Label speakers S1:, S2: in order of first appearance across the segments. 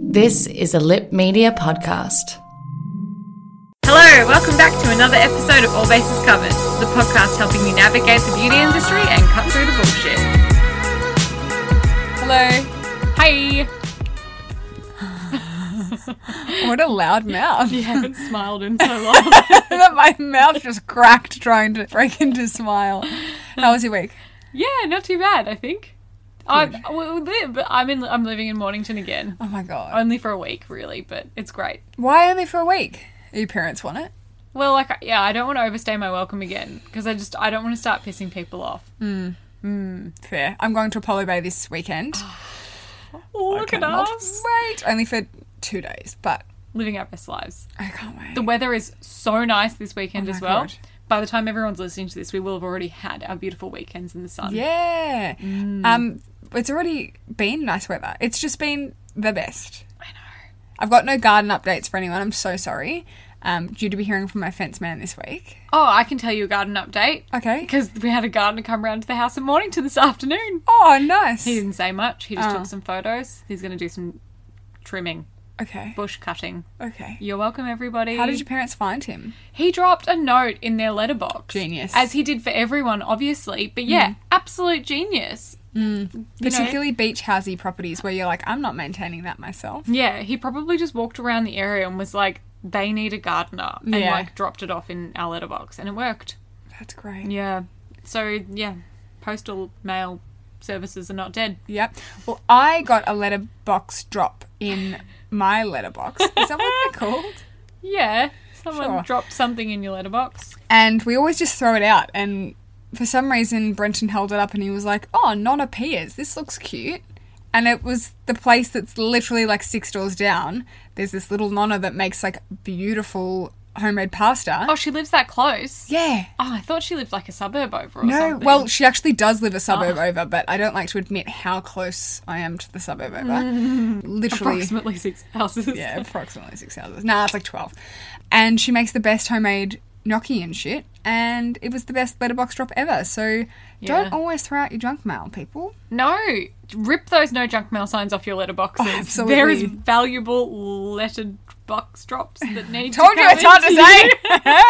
S1: This is a Lip Media podcast.
S2: Hello, welcome back to another episode of All Bases Covered, the podcast helping you navigate the beauty industry and cut through the bullshit. Hello. Hey.
S3: What a loud mouth.
S2: You haven't smiled in so long.
S3: My mouth just cracked trying to break into a smile. How was your week?
S2: yeah, not too bad, I think. I'm, well, there, but I'm, in, I'm living in Mornington again.
S3: Oh my god.
S2: Only for a week, really, but it's great.
S3: Why only for a week? Your parents want it?
S2: Well, like, I- yeah, I don't want to overstay my welcome again because I just, I don't want to start pissing people off.
S3: Fair. I'm going to Apollo Bay this weekend.
S2: Look at
S3: Cannot
S2: us.
S3: Wait. Only for two days, but
S2: Living our best lives.
S3: I can't wait.
S2: The weather is so nice this weekend
S3: Oh
S2: as
S3: my
S2: well.
S3: God.
S2: By the time everyone's listening to this, we will have already had our beautiful weekends in the sun.
S3: yeah.
S2: Mm.
S3: Um, it's already been nice weather. It's just been the best.
S2: I know.
S3: I've got no garden updates for anyone. I'm so sorry. Um, due to be hearing from my fence man this week.
S2: Oh, I can tell you a garden update.
S3: Okay.
S2: Because we had a gardener come round to the house in Mornington this afternoon.
S3: Oh, nice.
S2: He didn't say much. He just
S3: Oh.
S2: took some photos. He's going to do some trimming,
S3: Okay.
S2: bush cutting.
S3: Okay.
S2: You're welcome, everybody.
S3: How did your parents find him?
S2: He dropped a note in their letterbox.
S3: Genius. Mm.
S2: As he did for everyone, obviously. But yeah, absolute genius. You know?
S3: Particularly beach housey properties where you're like, I'm not maintaining that myself.
S2: Yeah, he probably just walked around the area and was like, they need a gardener. And
S3: Yeah.
S2: like dropped it off in our letterbox and it worked.
S3: That's great.
S2: Yeah. So yeah, postal mail services are not dead.
S3: Yep. Well, I got a letterbox drop in my letterbox. Is that what they're called?
S2: Yeah. Someone
S3: Sure.
S2: dropped something in your letterbox.
S3: And we always just throw it out. And for some reason, Brenton held it up and he was like, Oh, non appears. This looks cute. And it was the place that's literally like six doors down. There's this little nonna that makes like beautiful homemade pasta.
S2: Oh, she lives that close.
S3: Yeah.
S2: Oh, I thought she lived like a suburb over or
S3: No,
S2: something. Ah.
S3: well, she actually does live a suburb over, but I don't like to admit how close I am to the suburb over. Literally,
S2: approximately six houses.
S3: yeah, approximately six houses. Nah, it's like twelve. And she makes the best homemade gnocchi and shit, and it was the best letterbox drop ever. So
S2: Yeah.
S3: don't always throw out your junk mail, people.
S2: No, rip those no junk mail signs off your letterboxes.
S3: Oh, absolutely.
S2: There is valuable lettered box drops that need.
S3: Told
S2: to
S3: you
S2: come
S3: it's hard
S2: into
S3: to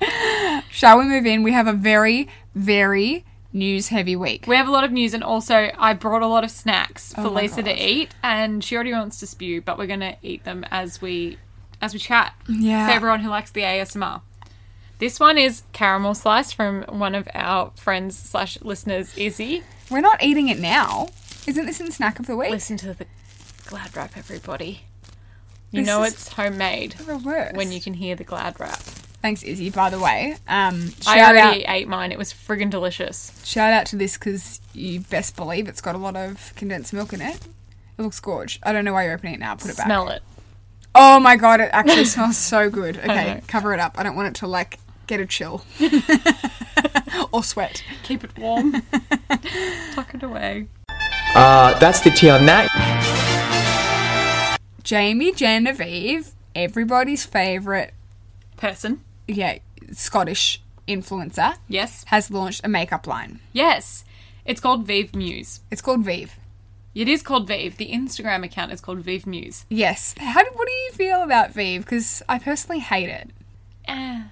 S3: say. Shall we move in? We have a very, very news heavy week.
S2: We have a lot of news, and also I brought a lot of snacks for
S3: Oh my
S2: Lisa
S3: God.
S2: to eat, and she already wants to spew, but we're gonna eat them as we as we chat.
S3: Yeah.
S2: For everyone who likes the ASMR. This one is caramel slice from one of our friends slash listeners, Izzy.
S3: We're not eating it now. Isn't this in snack of the week?
S2: Listen to the glad wrap, everybody. You
S3: This
S2: know
S3: is
S2: it's homemade
S3: The worst.
S2: when you can hear the glad wrap.
S3: Thanks, Izzy. By the way, um,
S2: I
S3: shout out
S2: already ate mine. It was friggin' delicious.
S3: shout out to this because you best believe it's got a lot of condensed milk in it. It looks gorge. I don't know why you're opening it now. Put it back.
S2: Smell it.
S3: Oh my god, it actually smells so good.
S2: know.
S3: Okay, cover it up. I don't want it to like get a chill or sweat.
S2: Keep it warm. Tuck it away.
S4: Uh, that's the tea on that.
S3: Jamie Genevieve, everybody's favorite,
S2: Person.
S3: yeah, Scottish influencer,
S2: Yes.
S3: has launched a makeup line.
S2: Yes. It's called Vive Muse.
S3: It's called Vive.
S2: It is called Vive. The Instagram account is called Vive Muse.
S3: Yes. How? do- What do you feel about Vive? Because I personally hate it.
S2: Eh.
S3: Ah.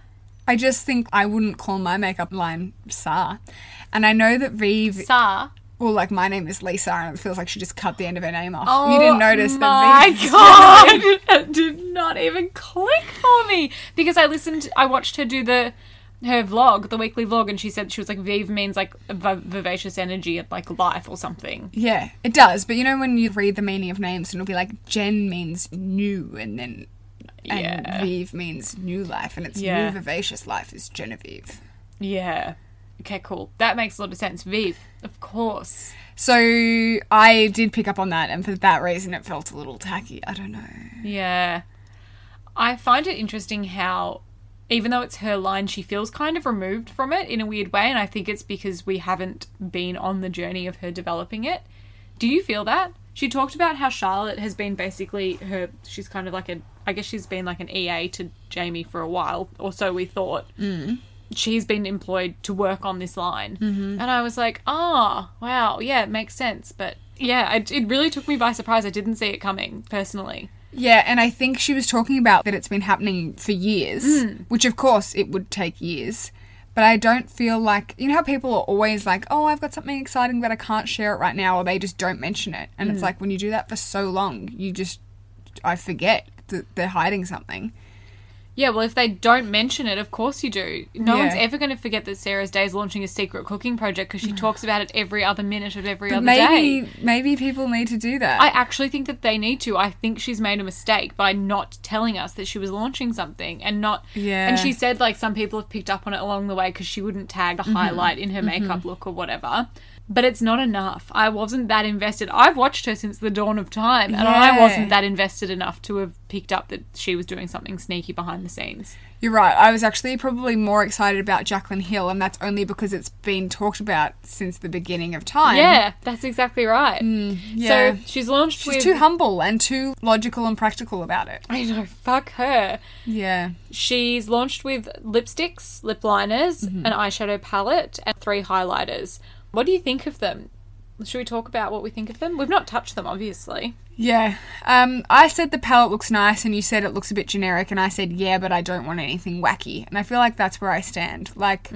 S3: I just think I wouldn't call my makeup line Sa. And I know that Vive,
S2: Sa.
S3: well, like my name is Lisa, and it feels like she just cut the end of her name off.
S2: Oh,
S3: you didn't notice
S2: my
S3: that Vive.
S2: God. it did not even click for me because I listened, I watched her do the. Her vlog, the weekly vlog, and she said she was like, Vive means like v- vivacious energy and like life or something.
S3: Yeah, it does. But you know when you read the meaning of names, and it'll be like Jen means new, and then and
S2: Yeah.
S3: Vive means new life, and it's
S2: Yeah.
S3: new vivacious life is Genevieve.
S2: Yeah. Okay, cool. That makes a lot of sense. Vive, of course.
S3: So I did pick up on that, and for that reason, it felt a little tacky. I don't know.
S2: Yeah. I find it interesting how, even though it's her line, she feels kind of removed from it in a weird way. And I think it's because we haven't been on the journey of her developing it. Do you feel that? She talked about how Charlotte has been basically her, she's E kind of like a, I guess she's been like an EA to Jamie for a while, or so we thought. she's been employed to work on this line. Mm-hmm. And I was like, ah, wow, yeah, it makes sense. But yeah, it, it really took me by surprise. I didn't see it coming, personally.
S3: Yeah, and I think she was talking about that it's been happening for years,
S2: Hmm.
S3: which of course it would take years. But I don't feel like, you know how people are always like, oh, I've got something exciting, but I can't share it right now, or they just don't mention it. And
S2: Hmm.
S3: it's like when you do that for so long, you just, I forget that they're hiding something.
S2: Yeah, well, if they don't mention it, of course you do. No
S3: Yeah.
S2: one's ever going to forget that Sarah's Day is launching a secret cooking project because she talks about it every other minute of every other day.
S3: Maybe, maybe people need to do that.
S2: I actually think that they need to. I think she's made a mistake by not telling us that she was launching something and not.
S3: Yeah. Mm-hmm.
S2: And she said like some people have picked up on it along the way because she wouldn't tag a highlight in her makeup look or whatever. But it's not enough. I wasn't that invested. I've watched her since the dawn of time, and I
S3: Yeah.
S2: wasn't that invested enough to have picked up that she was doing something sneaky behind the scenes.
S3: You're right. I was actually probably more excited about Jacqueline Hill, and that's only because it's been talked about since the beginning of time.
S2: Yeah, that's exactly right.
S3: Mm, yeah.
S2: So she's launched
S3: She's
S2: with.
S3: too humble and too logical and practical about it.
S2: I know. Fuck her.
S3: Yeah.
S2: She's launched with lipsticks, lip liners,
S3: Mm-hmm.
S2: an eyeshadow palette, and three highlighters. What do you think of them? Should we talk about what we think of them? We've not touched them, obviously.
S3: Yeah. Um, I said the palette looks nice, and you said it looks a bit generic, and I said, yeah, but I don't want anything wacky. And I feel like that's where I stand. Like,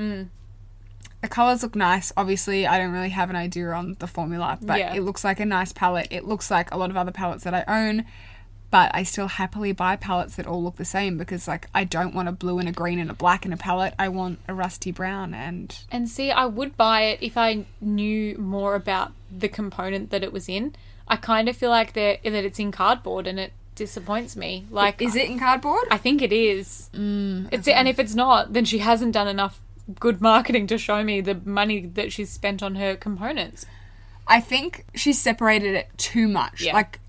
S3: the colours look nice. Obviously, I don't really have an idea on the formula, but
S2: Yeah.
S3: it looks like a nice palette. It looks like a lot of other palettes that I own, but I still happily buy palettes that all look the same because, like, I don't want a blue and a green and a black in a palette. I want a rusty brown and.
S2: And see, I would buy it if I knew more about the component that it was in. I kind of feel like that that it's in cardboard and it disappoints me. Like
S3: Is it in cardboard?
S2: I think it is. It's and if it's not, then she hasn't done enough good marketing to show me the money that she's spent on her components.
S3: I think she separated it too much.
S2: Yeah.
S3: Like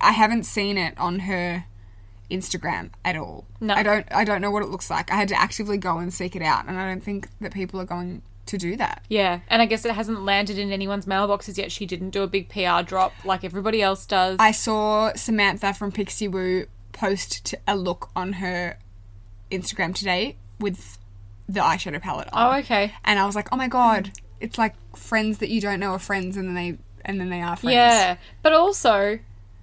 S3: I haven't seen it on her Instagram at all.
S2: No.
S3: I don't I don't know what it looks like. I had to actively go and seek it out and I don't think that people are going to do that.
S2: Yeah, and I guess it hasn't landed in anyone's mailboxes yet. She didn't do a big PR drop like everybody else does.
S3: I saw Samantha from Pixie Woo post t- a look on her Instagram today with the eyeshadow palette on.
S2: oh, okay.
S3: And I was like, "Oh my god, it's like friends that you don't know are friends and then they and then they are friends."
S2: Yeah, but also,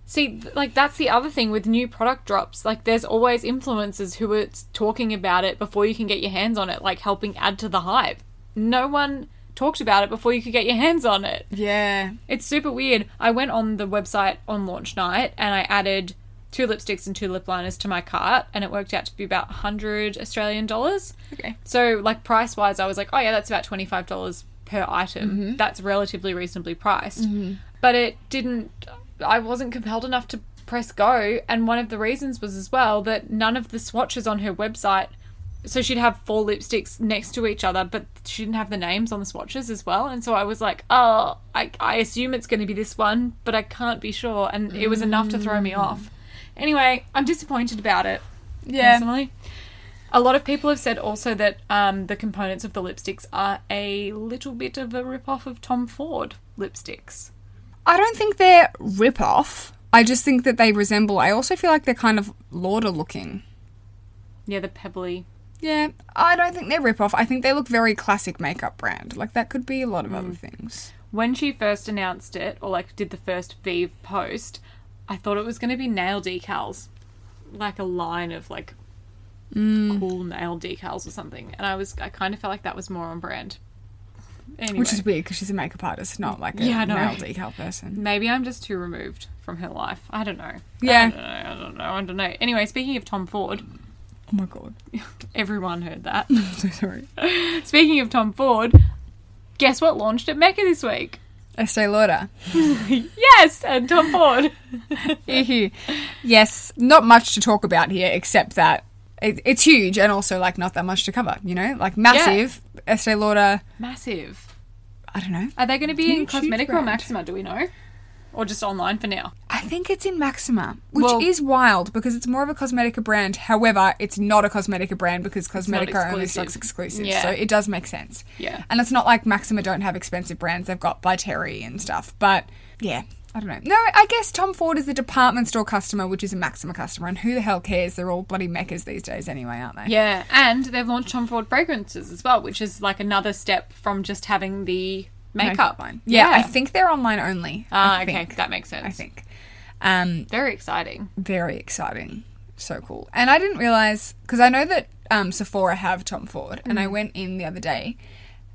S2: see, th- like that's the other thing with new product drops. Like, there's always influencers who are talking about it before you can get your hands on it, like helping add to the hype. No one talked about it before you could get your hands on it.
S3: Yeah.
S2: It's super weird. I went on the website on launch night and I added two lipsticks and two lip liners to my cart, and it worked out to be about 100 Australian dollars.
S3: Okay.
S2: So, like price wise, I was like, oh yeah, that's about twenty five dollars per item. That's relatively reasonably priced. But it didn't. I wasn't compelled enough to press go, and one of the reasons was as well that none of the swatches on her website. So she'd have four lipsticks next to each other, but she didn't have the names on the swatches as well. And so I was like, oh, I, I assume it's going to be this one, but I can't be sure. And it was enough to throw me off. Anyway, I'm disappointed about it
S3: Yeah.
S2: personally. A lot of people have said also that um, the components of the lipsticks are a little bit of a rip-off of Tom Ford lipsticks.
S3: I don't think they're rip off. I just think that they resemble. I also feel like they're kind of lauder looking.
S2: Yeah, the pebbly.
S3: Yeah, I don't think they're rip off. I think they look very classic makeup brand. Like that could be a lot of other things.
S2: When she first announced it, or like did the first Vive post, I thought it was going to be nail decals, like a line of like
S3: Mm.
S2: cool nail decals or something. And I was, I kind of felt like that was more on brand. Anyway,
S3: Which is weird because she's a makeup artist, not like a
S2: Yeah, I know.
S3: nail decal person.
S2: maybe I'm just too removed from her life. I don't know.
S3: Yeah.
S2: I don't know. I don't know. I don't know. Anyway, speaking of Tom Ford.
S3: Oh my god,
S2: Everyone heard that.
S3: I'm so sorry.
S2: Speaking of Tom Ford, guess what launched at Mecca this week?
S3: Estee Lauder.
S2: Yes, and Tom Ford.
S3: yes, not much to talk about here except that it, it's huge and also like not that much to cover. You know, like massive Estee Lauder.
S2: Massive.
S3: I don't know.
S2: Are they going to be in
S3: Huge, huge
S2: Cosmetica or
S3: brand.
S2: Maxima? Do we know? Or just online for now?
S3: I think it's in Maxima, which
S2: Well-
S3: is wild because it's more of a Cosmetica brand. However, it's not a Cosmetica brand because
S2: not
S3: Cosmetica only
S2: exclusive.
S3: stocks exclusives.
S2: Yeah.
S3: So it does make sense.
S2: Yeah.
S3: And it's not like Maxima don't have expensive brands. They've got By Terry and stuff. But yeah, I don't know. No, I guess Tom Ford is a department store customer, which is a Maxima customer, and who the hell cares? They're all bloody meccas these days anyway, aren't they?
S2: Yeah, and they've launched Tom Ford fragrances as well, which is like another step from just having the makeup.
S3: line. Yeah, I think they're online only.
S2: Ah,
S3: I
S2: okay,
S3: think.
S2: that makes sense.
S3: I think. Um,
S2: Very exciting.
S3: very exciting. So cool. And I didn't realize because I know that um, Sephora have Tom Ford, and
S2: Mm.
S3: I went in the other day,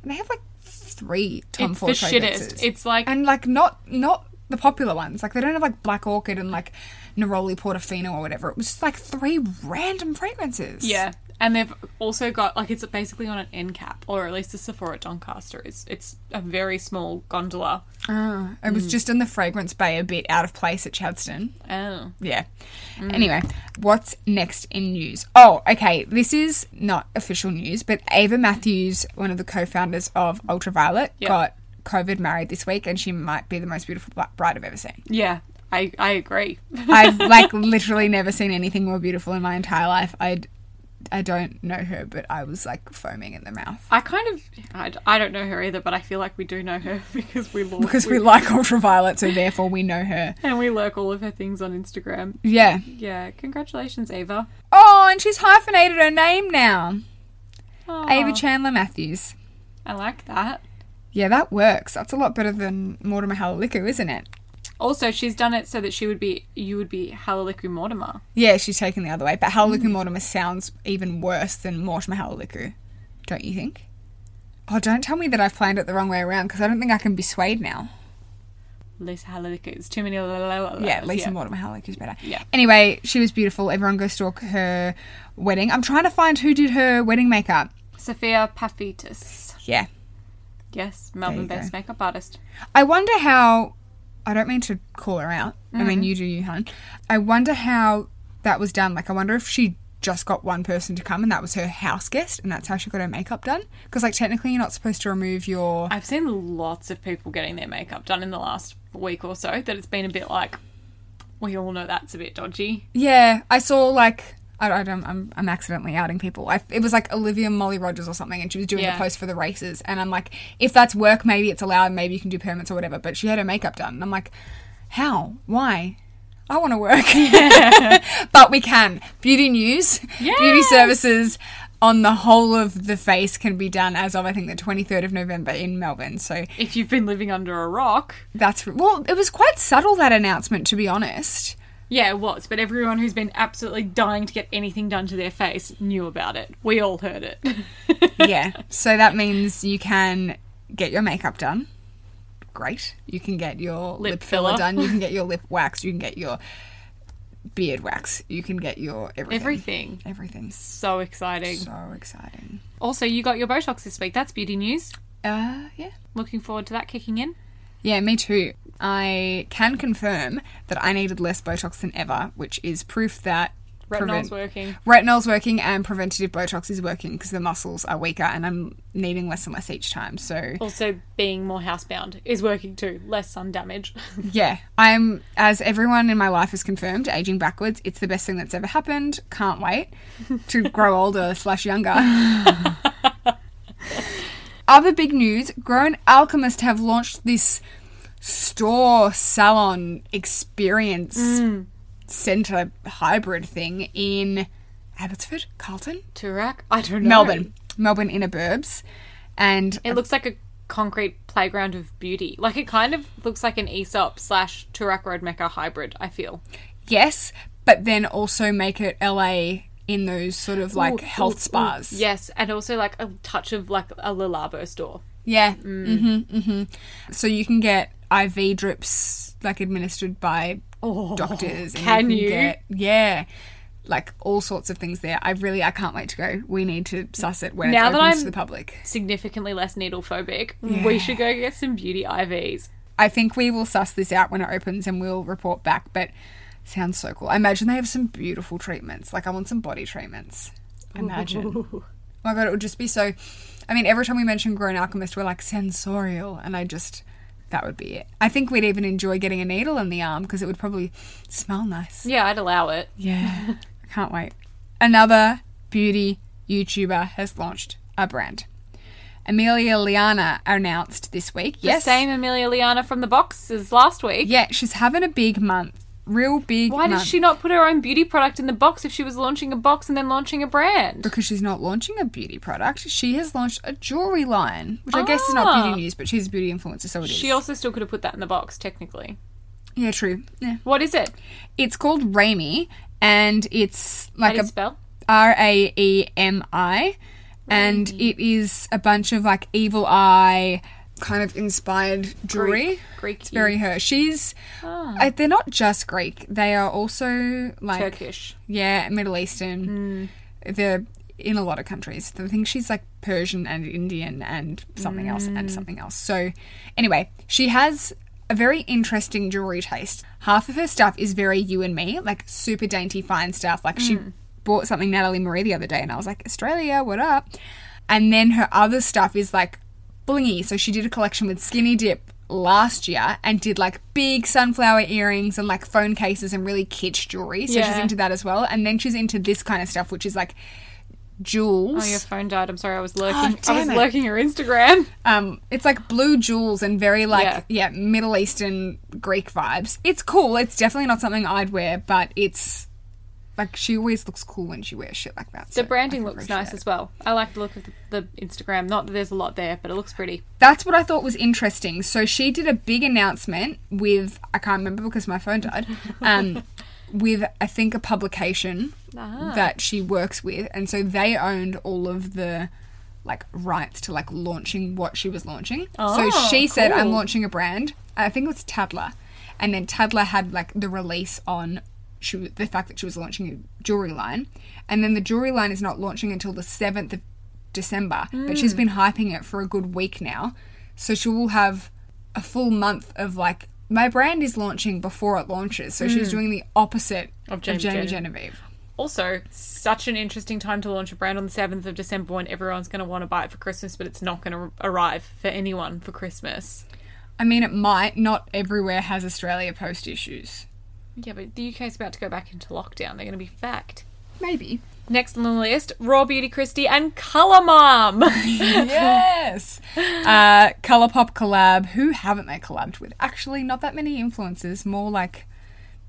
S3: and they have like three Tom
S2: It's
S3: Ford
S2: the
S3: fragrances.
S2: shittest. It's like-
S3: and like not not the popular ones. Like they don't have like Black Orchid and like Neroli Portofino or whatever. It was just like three random fragrances.
S2: Yeah. And they've also got like it's basically on an end cap, or at least the Sephora at Doncaster. It's it's a very small gondola.
S3: Ah, it was just in the fragrance bay a bit out of place at Chadstone.
S2: Oh.
S3: Yeah. Anyway, what's next in news? Oh, okay. This is not official news, but Ava Matthews, one of the co-founders of Ultraviolet,
S2: Yeah.
S3: got COVID married this week, and she might be the most beautiful bla- bride I've ever seen.
S2: Yeah, I, I agree.
S3: I've like literally never seen anything more beautiful in my entire life. I I don't know her, but I was like foaming at the mouth
S2: I kind of I, I don't know her either, but I feel like we do know her because we lurk
S3: because we like Ultraviolet, so therefore we know her.
S2: and we lurk all of her things on Instagram.
S3: Yeah.
S2: Yeah, congratulations, Ava.
S3: Oh, and she's hyphenated her name now.
S2: Aw,
S3: Ava Chandler Matthews.
S2: I like that.
S3: Yeah, that works. That's a lot better than Mortimer Halaliku, isn't it?
S2: Also, she's done it so that she would be you would be Halaliku Mortimer.
S3: Yeah, she's taken the other way, but Halaliku Mortimer sounds even worse than Mortimer Halaliku, don't you think? Oh, don't tell me that I've planned it the wrong way around because I don't think I can be swayed now.
S2: Lisa Halaliku. It's too many. la- la- la- la-
S3: yeah,
S2: la's,
S3: Lisa Mortimer Haliku's better.
S2: Yeah.
S3: Anyway, she was beautiful. Everyone go stalk her wedding. I'm trying to find who did her wedding makeup.
S2: Sophia Paphitis.
S3: Yeah.
S2: Yes, Melbourne
S3: There you
S2: based makeup artist.
S3: I wonder how. I don't mean to call her out. I mean, you do you, hun. I wonder how that was done. Like, I wonder if she just got one person to come and that was her house guest and that's how she got her makeup done. Because, like, technically, you're not supposed to remove your.
S2: I've seen lots of people getting their makeup done in the last week or so that it's been a bit like we all know that's a bit dodgy.
S3: Yeah, I saw, like. I, I don't, I'm, I'm accidentally outing people. I, it was like Olivia Molly Rogers or something, and she was doing
S2: Yeah.
S3: a post for the races. And I'm like, if that's work, maybe it's allowed, maybe you can do permits or whatever. But she had her makeup done. And I'm like, how? Why? I want to work. but we can. Beauty news, beauty services on the whole of the face can be done as of, I think, the 23rd of November in Melbourne. So
S2: If you've been living under a rock,
S3: that's, well, it was quite subtle, that announcement, to be honest.
S2: yeah, it was. But everyone who's been absolutely dying to get anything done to their face knew about it. We all heard it.
S3: yeah. So that means you can get your makeup done. Great. You can get your lip, filler.
S2: filler.
S3: done. You can get your lip wax. You can get your beard wax. You can get your everything.
S2: Everything.
S3: Everything's
S2: So exciting.
S3: so exciting.
S2: Also, you got your Botox this week. That's beauty news.
S3: Uh, yeah.
S2: Looking forward to that kicking in.
S3: Yeah, me too. I can confirm that I needed less Botox than ever, which is proof that
S2: Retinol's
S3: prevent-
S2: working.
S3: Retinol's working and preventative Botox is working because the muscles are weaker and I'm needing less and less each time. So
S2: Also, being more housebound is working too. Less sun damage.
S3: Yeah, I'm, as everyone in my life has confirmed, aging backwards. It's the best thing that's ever happened. Can't wait to grow older slash younger. Other big news Grown Alchemist have launched this store salon experience center hybrid thing in Abbotsford, Carlton,
S2: Turak? I don't know.
S3: Melbourne, Melbourne inner burbs. And
S2: It looks like a concrete playground of beauty. Like it kind of looks like an Aesop slash Turak Road Mecca hybrid, I feel.
S3: Yes, but then also make it LA in those sort of like health spas.
S2: Yes, and also like a touch of like a Lilabo store.
S3: Yeah.
S2: Mm.
S3: Mm-hmm, hmm So you can get IV drips like administered by doctors. and
S2: Oh, can
S3: can
S2: you?
S3: Get, yeah. Like all sorts of things there. I really, I can't wait to go. We need to suss it when
S2: Now
S3: it's
S2: that
S3: open
S2: I'm-
S3: to the public.
S2: Significantly less needle phobic. We should go get some beauty IVs.
S3: I think we will suss this out when it opens and we'll report back. But sounds so cool. I imagine they have some beautiful treatments. Like I want some body treatments. Imagine. Oh my god, it would just be so. I mean, every time we mention Grown Alchemist, we're like sensorial, and I just that would be it. I think we'd even enjoy getting a needle in the arm because it would probably smell nice.
S2: Yeah, I'd allow it.
S3: Yeah, I can't wait. Another beauty YouTuber has launched a brand. Amelia Liana announced this week. yes.
S2: The same Amelia Liana from the box as last week.
S3: Yeah, she's having a big month. Real big
S2: Why did
S3: month.
S2: she not put her own beauty product in the box if she was launching a box and then launching a brand?
S3: Because she's not launching a beauty product. She has launched a jewelry line, which I guess is not
S2: Ah.
S3: beauty news, but she's a beauty influencer, so it is.
S2: She also still could have put that in the box, technically.
S3: yeah, true. Yeah.
S2: What is it?
S3: It's called Raimi, and it's
S2: How
S3: like
S2: do you
S3: a
S2: spell?
S3: R A E M I, and it is a bunch of like evil eye kind of inspired jewelry.
S2: Greek. Ah.
S3: It's very her. She's. uh, they're not just Greek. They are also like
S2: Turkish.
S3: Yeah, Middle Eastern. They're in a lot of countries. I think she's like Persian and Indian and something else and something else. So, anyway, she has a very interesting jewelry taste. Half of her stuff is very you and me, like super dainty, fine stuff. Like she bought something Natalie Marie the other day, and I was like, Australia, what up? And then her other stuff is like blingy. So she did a collection with Skinny Dip last year and did like big sunflower earrings and like phone cases and really kitsch jewelry. So she's
S2: Yeah.
S3: into that as well. And then she's into this kind of stuff, which is like jewels.
S2: Oh, your phone died. I'm sorry. I was lurking. I was
S3: Ah, damn it.
S2: lurking her Instagram.
S3: Um, it's like blue jewels and very like
S2: Yeah.
S3: yeah. Middle Eastern Greek vibes. It's cool. It's definitely not something I'd wear, but it's like she always looks cool when she wears shit like that. so
S2: The
S3: I
S2: branding
S3: can
S2: looks
S3: appreciate
S2: nice
S3: it.
S2: as well. I like the look of the, the Instagram. Not that there's a lot there, but it looks pretty.
S3: That's what I thought was interesting. So she did a big announcement with I can't remember because my phone died. Um, with I think a publication
S2: Ah.
S3: that she works with, and so they owned all of the like rights to like launching what she was launching. so
S2: Oh,
S3: she said, "I'm
S2: cool.
S3: launching a brand." I think it was Tadler, and then Tadler had like the release on. She, the fact that she was launching a jewelry line, and then the jewelry line is not launching until the seventh of December, but she's been hyping it for a good week now. So she will have a full month of like, my brand is launching before it launches. So she's doing the opposite Mm. of Jamie,
S2: Jamie Genevieve.
S3: Genevieve.
S2: Also, such an interesting time to launch a brand on the 7th of December when everyone's going to want to buy it for Christmas, but it's not going to arrive for anyone for Christmas.
S3: I mean, it might. Not everywhere has Australia Post issues.
S2: Yeah, but the UK's about to go back into lockdown. They're going to be fact.
S3: Maybe.
S2: Next on the list, Raw Beauty Christie and Colour Mom.
S3: Yes. uh, Colourpop collab. Who haven't they collabed with? Actually, not that many influencers. More like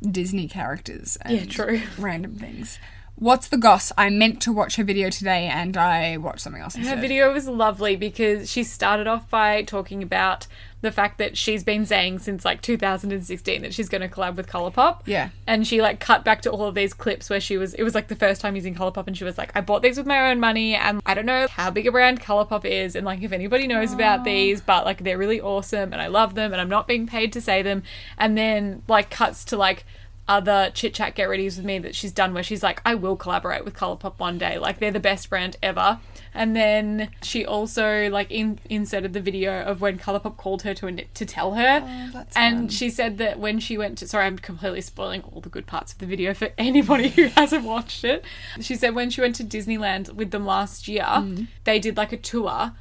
S3: Disney characters. And
S2: Yeah, true.
S3: Random things. What's the goss? I meant to watch her video today, and I watched something else.
S2: Her
S3: instead.
S2: video was lovely because she started off by talking about the fact that she's been saying since like 2016 that she's going to collab with Colourpop.
S3: Yeah.
S2: And she like cut back to all of these clips where she was, it was like the first time using Colourpop and she was like, I bought these with my own money and I don't know how big a brand Colourpop is and like if anybody knows about these, but like they're really awesome and I love them and I'm not being paid to say them. And then like cuts to like, other chit chat get readies with me that she's done where she's like, I will collaborate with Colourpop one day. Like they're the best brand ever. And then she also like in- inserted the video of when Colourpop called her to an- to tell her,
S3: that's
S2: and she said that when she went to sorry, I'm completely spoiling all the good parts of the video for anybody who hasn't watched it. She said when she went to Disneyland with them last year, they did like a tour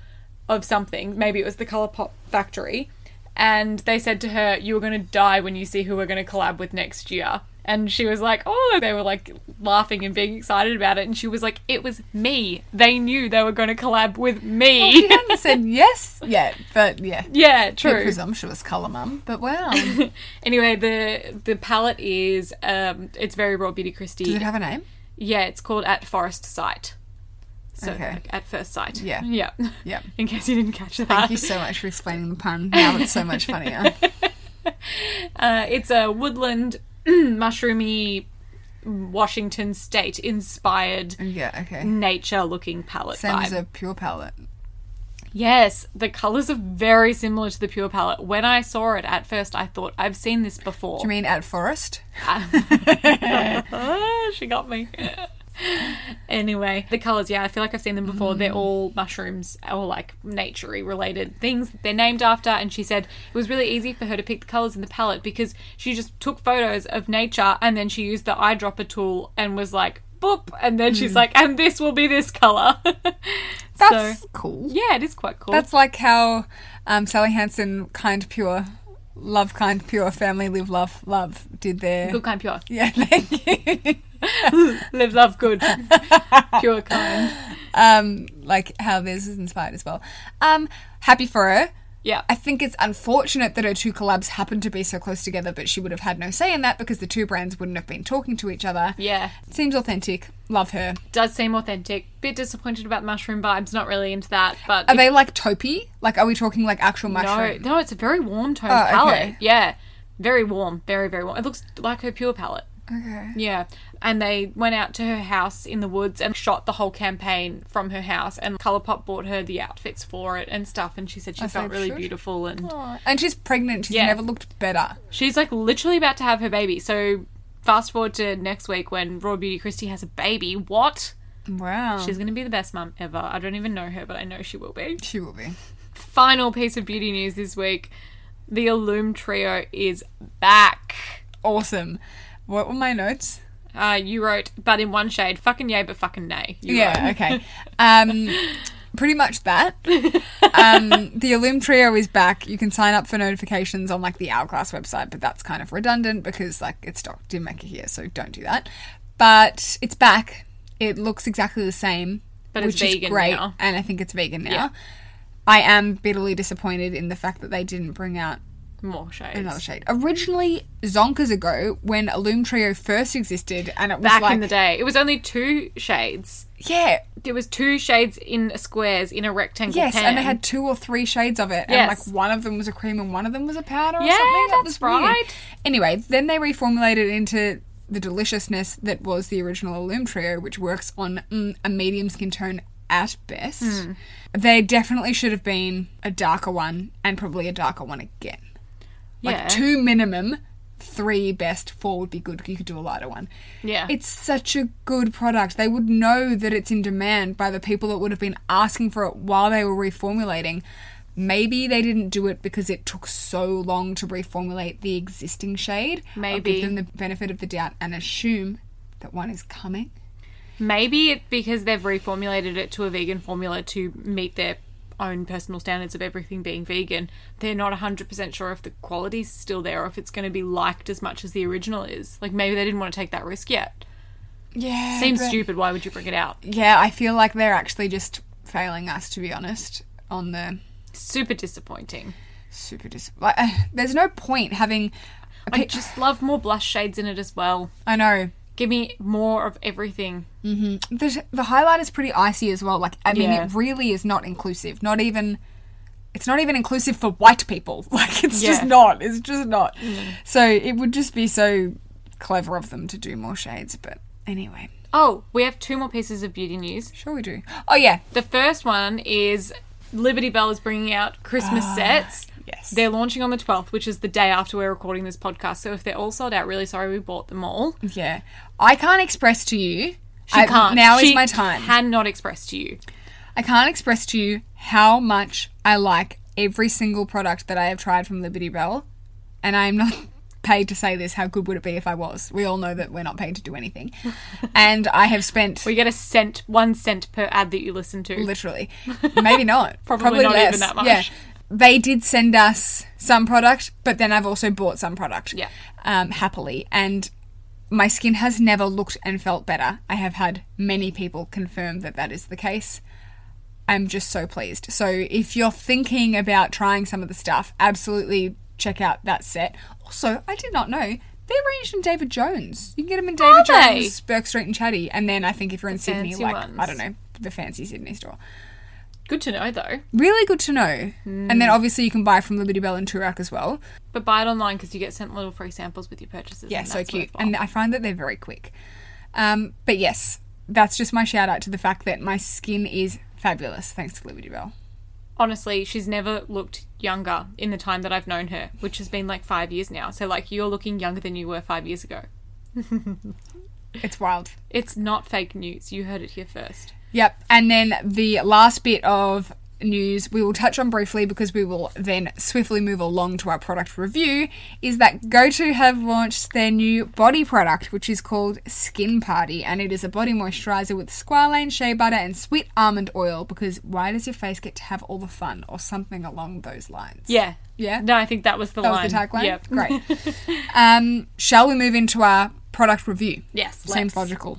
S2: of something. Maybe it was the Colourpop factory. And they said to her, You are going to die when you see who we're going to collab with next year. And she was like, Oh, they were like laughing and being excited about it. And she was like, It was me. They knew they were going to collab with
S3: She
S2: me.
S3: hadn't said yes yet, but yeah.
S2: yeah,
S3: Bit
S2: true.
S3: presumptuous colour mum, but wow.
S2: Anyway, the the palette is um, it's very raw Beauty Christie.
S3: Does it have a name?
S2: yeah, it's called At Forest Sight. So
S3: Okay.
S2: like, at first sight.
S3: Yeah.
S2: Yeah.
S3: Yeah.
S2: In case you didn't catch that.
S3: Thank you so much for explaining the pun. Now it's so much funnier.
S2: Uh, it's a woodland, mushroomy, Washington state inspired
S3: Yeah,
S2: Mm,
S3: okay.
S2: nature looking palette
S3: Mm. Same
S2: vibe.
S3: as a pure palette.
S2: yes, the colors are very similar to the pure palette. When I saw it at first, I thought I've seen this before.
S3: Do you mean at forest?
S2: Ah, she got me. anyway, the colors, yeah, I feel like I've seen them before.
S3: Mm.
S2: They're all mushrooms or like naturey related things that they're named after. And she said it was really easy for her to pick the colors in the palette because she just took photos of nature and then she used the eyedropper tool and was like, boop. And then
S3: Mm.
S2: she's like, and this will be this color.
S3: That's
S2: so,
S3: cool.
S2: yeah, it is quite cool.
S3: That's like how um, Sally Hansen, kind pure, Love Kind Pure Family Live Love Love did their
S2: Good kind, pure.
S3: Yeah, thank you.
S2: Live, love, good. pure kind.
S3: um, like how theirs was inspired as well. Um, happy for her.
S2: Yeah.
S3: I think it's unfortunate that her two collabs happened to be so close together, but she would have had no say in that because the two brands wouldn't have been talking to each other.
S2: Yeah.
S3: Seems authentic. Love her.
S2: Does seem authentic. Bit disappointed about the mushroom vibes. Not really into that, but
S3: Are they like taupey? Like, are we talking like actual
S2: no,
S3: mushroom? Oh,
S2: no, it's a very warm tone
S3: okay.
S2: palette. Yeah. Very warm. Very, very warm. It looks like her pure palette.
S3: Okay.
S2: Yeah. And they went out to her house in the woods and shot the whole campaign from her house. And Colourpop bought her the outfits for it and stuff. And she said she
S3: As
S2: felt
S3: they
S2: really
S3: should.
S2: beautiful. And
S3: And she's pregnant. She's
S2: Yeah.
S3: never looked better.
S2: she's like literally about to have her baby. So fast forward to next week when Raw Beauty Christie has a baby. What?
S3: Wow.
S2: She's going to be the best mum ever. I don't even know her, but I know she will be.
S3: she will be.
S2: Final piece of beauty news this week the Illume Trio is back.
S3: Awesome. What were my notes?
S2: Uh, you wrote, but in one shade, fucking yay, but fucking nay. You wrote.
S3: Yeah, okay. Um, pretty much that. Um, the Illum Trio is back. You can sign up for notifications on like the Hourglass website, but that's kind of redundant because like it's Dr. Mecca here, so don't do that. But it's back. It looks exactly the same,
S2: But it's
S3: which is
S2: vegan
S3: great,
S2: now.
S3: and I think it's vegan now.
S2: Yeah.
S3: I am bitterly disappointed in the fact that they didn't bring out
S2: More shades.
S3: another shade. Originally, zonkers ago, when Illum Trio first existed, and it was
S2: back
S3: like,
S2: in the day. It was only two shades.
S3: yeah,
S2: There was two shades in squares in a rectangle.
S3: Yes, and they
S2: pan.
S3: had two or three shades of it, and
S2: Yes.
S3: like one of them was a cream and one of them was a powder or
S2: Yeah,
S3: something. That
S2: that's
S3: was weird.
S2: right.
S3: Anyway, then they reformulated it into the deliciousness that was the original Illum Trio, which works on mm, a medium skin tone at best.
S2: Hmm.
S3: They definitely should have been a darker one and probably a darker one again. Like
S2: Yeah.
S3: two minimum, three best, four would be good. You could do a lighter one.
S2: Yeah.
S3: It's such a good product. They would know that it's in demand by the people that would have been asking for it while they were reformulating. Maybe they didn't do it because it took so long to reformulate the existing shade. I'll
S2: Maybe.
S3: give them the benefit of the doubt and assume that one is coming.
S2: Maybe it, because they've reformulated it to a vegan formula to meet their own personal standards of everything being vegan, they're not 100% sure if the quality's still there or if it's going to be liked as much as the original is. Like, maybe they didn't want to take that risk yet.
S3: Yeah.
S2: Seems
S3: but-
S2: stupid. Why would you bring it out?
S3: Yeah, I feel like they're actually just failing us, to be honest, on the
S2: Super disappointing.
S3: super dis. Like, uh, there's no point having. a
S2: I
S3: pic-
S2: just love more blush shades in it as well.
S3: I know.
S2: Give me more of everything.
S3: the the highlight is pretty icy as well. Like I mean,
S2: Yeah.
S3: it really is not inclusive. Not even it's not even inclusive for white people. Like it's
S2: Yeah.
S3: just
S2: Mm.
S3: not. It's just not. So it would just be so clever of them to do more shades. But anyway,
S2: Oh, we have two more pieces of beauty news.
S3: sure we do. Oh yeah,
S2: The first one is Liberty Bell is bringing out Christmas sets.
S3: Ah, yes.
S2: They're launching on the 12th, which is the day after we're recording this podcast. So if they're all sold out, really sorry we bought them all. She
S3: yeah. I can't express to you. I,
S2: can't.
S3: Now
S2: she
S3: is my time.
S2: cannot express to you.
S3: I can't express to you how much I like every single product that I have tried from Liberty Bell. And I'm not paid to say this. How good would it be if I was? We all know that we're not paid to do anything. and I have spent
S2: We get a cent, one cent per ad that you listen to.
S3: literally, maybe not.
S2: Probably not even that much.
S3: Yeah. They did send us some product, but then I've also bought some product.
S2: Yeah.
S3: Um, happily. And my skin has never looked and felt better. I have had many people confirm that that is the case. I'm just so pleased. So if you're thinking about trying some of the stuff, absolutely check out that set. Also, I did not know they're arranged in David Jones. You can get them in David
S2: Are they?
S3: Jones, Burke Street, and Chatty. And then I think if you're in Sydney,
S2: fancy
S3: like I
S2: ones.
S3: don't know, the fancy Sydney store.
S2: Good to know, though.
S3: Really good to know. And then
S2: Hmm.
S3: obviously you can buy from Liberty Bell and Turak as well.
S2: But buy it online because you get sent little free samples with your purchases.
S3: Yeah,
S2: and
S3: so
S2: that's
S3: cute.
S2: worthwhile.
S3: And I find that they're very quick. Um, but yes, that's just my shout out to the fact that my skin is fabulous thanks to Liberty Bell.
S2: honestly, she's never looked younger in the time that I've known her, which has been like five years now. So, like, you're looking younger than you were five years ago.
S3: It's wild.
S2: It's not fake news. You heard it here first.
S3: Yep. And then the last bit of news we will touch on briefly because we will then swiftly move along to our product review is that GoTo have launched their new body product, which is called Skin Party, and it is a body moisturizer with squalane, shea butter, and sweet almond oil. Because why does your face get to have all the fun or something along those lines?
S2: Yeah.
S3: Yeah?
S2: No, I think that was the
S3: That
S2: line.
S3: was the tagline.
S2: Yep.
S3: Great. um, shall we move into our product review?
S2: Yes,
S3: Seems
S2: let's.
S3: logical.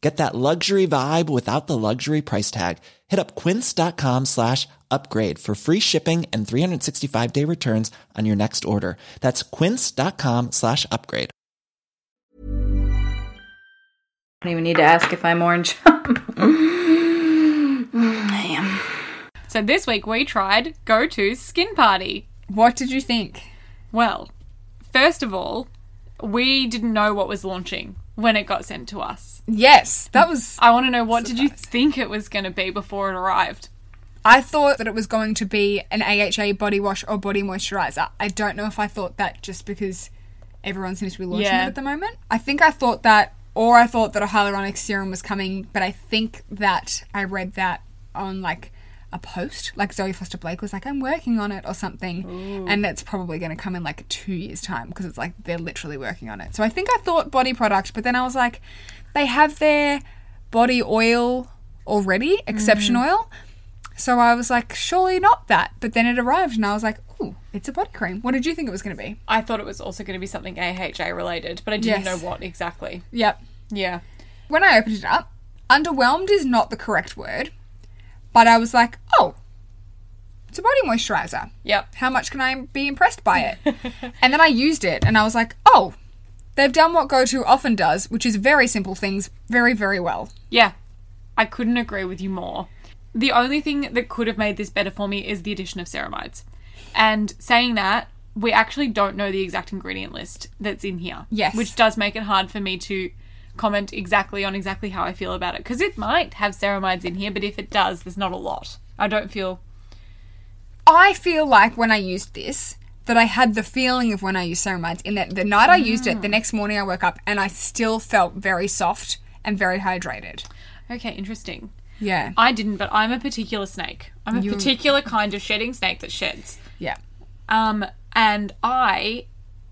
S5: Get that luxury vibe without the luxury price tag. Hit up quince.com slash upgrade for free shipping and 365 day returns on your next order. That's quince.com slash upgrade.
S6: don't even need to ask if I'm orange. Mm, I am.
S2: So this week we tried Go To's Skin Party.
S3: What did you think?
S2: Well, first of all, we didn't know what was launching when it got sent to us.
S3: Yes, that was.
S2: I want to know what did you think it was going to be before it arrived?
S3: I thought that it was going to be an AHA body wash or body moisturizer. I don't know if I thought that just because everyone seems to be launching
S2: Yeah.
S3: it at the moment. I think I thought that, or I thought that a hyaluronic serum was coming, but I think that I read that on like a post. Like Zoe Foster Blake was like, I'm working on it or something. And that's probably going to come in like two years' time because it's like they're literally working on it. So I think I thought body product, but then I was like, they have their body oil already, exception oil. So I was like, surely not that. But then it arrived and I was like, ooh, it's a body cream. What did you think it was going to be?
S2: I thought it was also going to be something AHA related, but I didn't
S3: Yes.
S2: know what exactly.
S3: Yep.
S2: Yeah.
S3: When I opened it up, underwhelmed is not the correct word, but I was like, oh, it's a body moisturizer.
S2: Yep.
S3: How much can I be impressed by it? and then I used it and I was like, oh, they've done what GoTo often does, which is very simple things very, very well.
S2: Yeah. I couldn't agree with you more. The only thing that could have made this better for me is the addition of ceramides. And saying that, we actually don't know the exact ingredient list that's in here.
S3: Yes.
S2: Which does make it hard for me to comment exactly on exactly how I feel about it. Because it might have ceramides in here, but if it does, there's not a lot. I don't feel.
S3: I feel like when I used this, that I had the feeling of when I used ceramides. In that the night I used it,
S2: Mm.
S3: the next morning I woke up and I still felt very soft and very hydrated.
S2: Okay, interesting.
S3: Yeah,
S2: I didn't, but I'm a particular snake. I'm a particular kind of shedding snake that sheds.
S3: yeah.
S2: Um, and I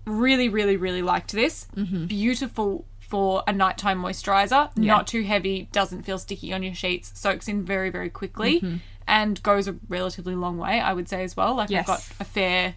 S2: really, really, really liked this.
S3: Mm-hmm.
S2: Beautiful for a nighttime moisturizer. Not too heavy, doesn't feel sticky on your sheets, soaks in very, very quickly,
S3: Mm-hmm.
S2: and goes a relatively long way, I would say, as well. Like,
S3: Yes.
S2: I've got a fair,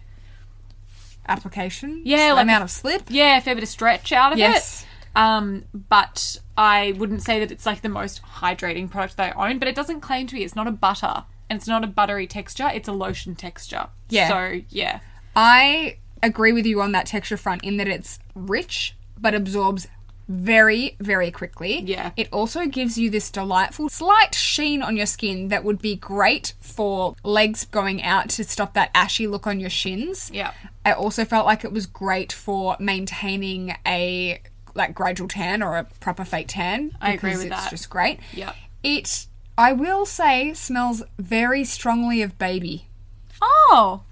S3: Application.
S2: Yeah,
S3: sl-
S2: like
S3: amount
S2: a-
S3: of slip.
S2: yeah, a fair bit of stretch out of
S3: Yes.
S2: it. Um, but I wouldn't say that it's like the most hydrating product that I own, but it doesn't claim to be. It's not a butter. And it's not a buttery texture, it's a lotion texture.
S3: Yeah.
S2: So, yeah.
S3: I agree with you on that texture front in that it's rich but absorbs very, very quickly.
S2: Yeah.
S3: It also gives you this delightful slight sheen on your skin that would be great for legs going out to stop that ashy look on your shins.
S2: Yeah.
S3: I also felt like it was great for maintaining a like gradual tan or a proper fake tan.
S2: I agree
S3: because
S2: with
S3: it's
S2: that.
S3: just great.
S2: Yep.
S3: It I will say smells very strongly of baby.
S2: Oh.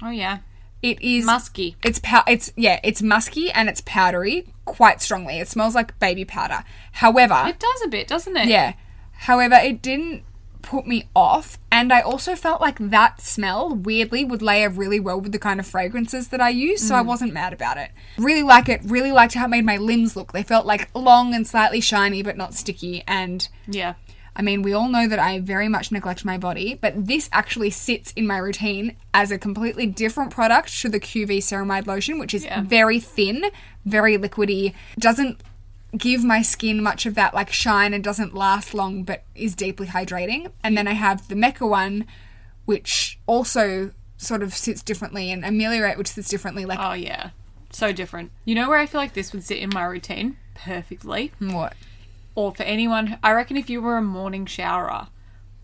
S2: Oh, yeah.
S3: It is
S2: Musky.
S3: It's pow- it's yeah, it's musky and it's powdery quite strongly. It smells like baby powder. However,
S2: It does a bit, doesn't it?
S3: yeah. However, it didn't put me off and I also felt like that smell weirdly would layer really well with the kind of fragrances that I use,
S2: Mm.
S3: so I wasn't mad about it. Really like it, really liked how it made my limbs look. They felt like long and slightly shiny but not sticky and
S2: Yeah.
S3: I mean, we all know that I very much neglect my body, but this actually sits in my routine as a completely different product to the QV ceramide lotion, which is very thin, very liquidy, doesn't give my skin much of that like shine and doesn't last long but is deeply hydrating. And then I have the Mecca one, which also sort of sits differently, and Ameliorate, which sits differently. Like,
S2: Oh, yeah. So different. You know where I feel like this would sit in my routine? Perfectly.
S3: what?
S2: Or for anyone, I reckon if you were a morning showerer,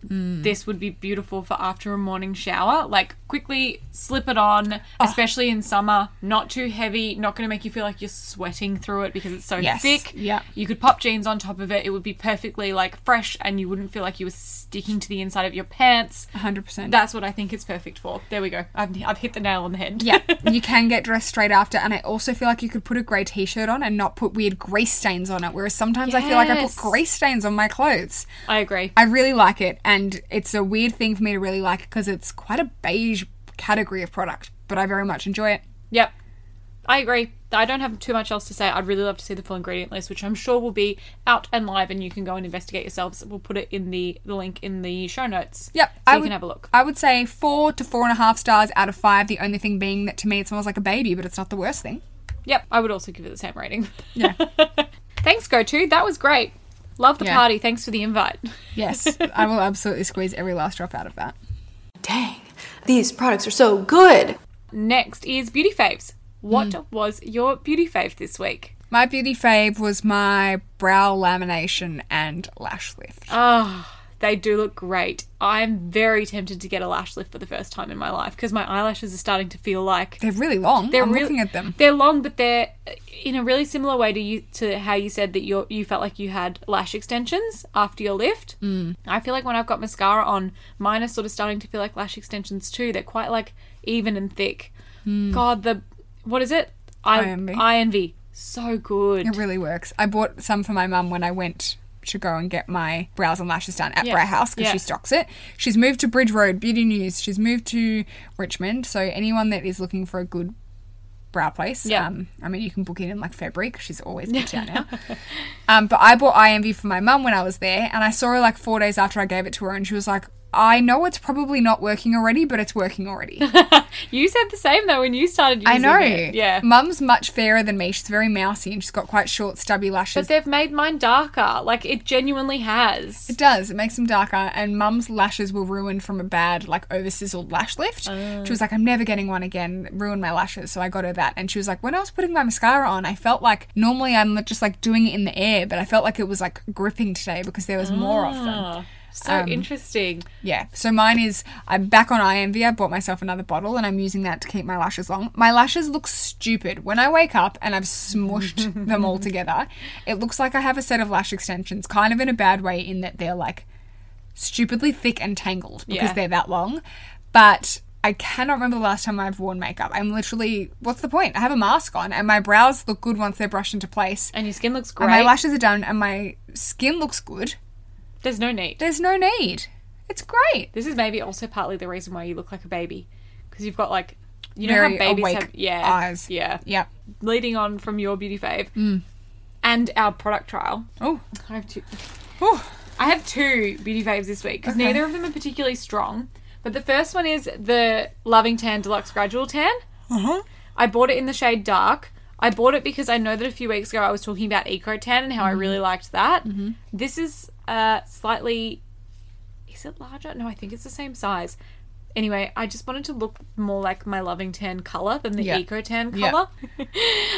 S3: Mm.
S2: this would be beautiful for after a morning shower. Like, quickly slip it on,
S3: Ah.
S2: especially in summer. Not too heavy, not going to make you feel like you're sweating through it because it's so
S3: Yes.
S2: thick.
S3: Yeah.
S2: You could pop jeans on top of it. It would be perfectly, like, fresh and you wouldn't feel like you were sticking to the inside of your pants.
S3: 100%.
S2: That's what I think it's perfect for. There we go. I've, I've hit the nail on the head.
S3: yeah, you can get dressed straight after, and I also feel like you could put a grey t-shirt on and not put weird grease stains on it. Whereas sometimes I feel like I put
S2: Yes.
S3: grease stains on my clothes.
S2: I agree.
S3: I really like it, and it's a weird thing for me to really like because it's quite a beige category of product, but I very much enjoy it.
S2: Yep. I agree. I don't have too much else to say. I'd really love to see the full ingredient list, which I'm sure will be out and live, and you can go and investigate yourselves. We'll put it in the, the link in the show notes.
S3: Yep,
S2: So
S3: I
S2: you
S3: would,
S2: can have a look.
S3: I would say four to four and a half stars out of five. The only thing being that to me it smells like a baby, but it's not the worst thing.
S2: Yep. I would also give it the same rating. Yeah. Thanks, Go To. That was great. Love the
S3: Yeah.
S2: party. Thanks for the invite.
S3: Yes, I will absolutely squeeze every last drop out of that.
S7: Dang, these products are so good.
S2: Next is beauty faves. What
S3: Mm.
S2: was your beauty fave this week?
S3: My beauty fave was my brow lamination and lash lift.
S2: Ah, They do look great. I'm very tempted to get a lash lift for the first time in my life because my eyelashes are starting to feel like
S3: They're really long.
S2: they're
S3: I'm
S2: real-
S3: looking at them.
S2: They're long, but they're uh, in a really similar way to you to how you said that you you felt like you had lash extensions after your lift. Mm. I feel like when I've got mascara on, mine are sort of starting to feel like lash extensions too. They're quite like even and thick.
S3: Mm.
S2: God, the what is it? I
S3: INV.
S2: INV. So good.
S3: It really works. I bought some for my mum when I went to go and get my brows and lashes done at Brow House because
S2: Yeah.
S3: she stocks it. She's moved to Bridge Road, Beauty News. She's moved to Richmond. So anyone that is looking for a good brow place,
S2: Yeah.
S3: um, I mean, you can book in in like February because she's always booked out now. Um, but I bought IMV for my mum when I was there, and I saw her like four days after I gave it to her, and she was like, "I know it's probably not working already, but it's working already."
S2: you said the same though when you started using
S3: I know. Mm.
S2: it. Yeah.
S3: Mum's much fairer than me. She's very mousy and she's got quite short, stubby lashes.
S2: but they've made mine darker. Like it genuinely has.
S3: It does. It makes them darker, and Mum's lashes were ruined from a bad, like, over sizzled lash lift. She was like, "I'm never getting one again. It Ruined my lashes." So I got her that, and she was like, "When I was putting my mascara on, I felt like normally I'm li- just like doing it in the air, but I felt like it was like gripping today because there was more of them."
S2: So
S3: um,
S2: interesting.
S3: Yeah. So mine is. I'm back on IMV. I bought myself another bottle, and I'm using that to keep my lashes long. My lashes look stupid when I wake up and I've smushed them all together. It looks like I have a set of lash extensions, kind of in a bad way, in that they're like stupidly thick and tangled because
S2: Yeah.
S3: they're that long. But I cannot remember the last time I've worn makeup. I'm literally, what's the point? I have a mask on and my brows look good once they're brushed into place.
S2: And your skin looks great.
S3: And my lashes are done and my skin looks good.
S2: There's no need.
S3: There's no need. It's great.
S2: This is maybe also partly the reason why you look like a baby, because you've got like you know
S3: Very
S2: how babies
S3: awake
S2: have yeah
S3: eyes.
S2: yeah
S3: Yep.
S2: Leading on from your beauty fave and our product trial,
S3: Oh,
S2: I have two.
S3: Ooh.
S2: I have two beauty faves this week because
S3: Okay.
S2: neither of them are particularly strong. But the first one is the Loving Tan Deluxe Gradual Tan.
S3: Uh-huh.
S2: I bought it in the shade dark. I bought it because I know that a few weeks ago I was talking about Eco Tan and how I
S3: Mm-hmm.
S2: really liked that. This is uh, slightly. Is it larger? No, I think it's the same size. Anyway, I just wanted to look more like my loving tan color than the
S3: Yeah.
S2: eco tan
S3: Yeah.
S2: color.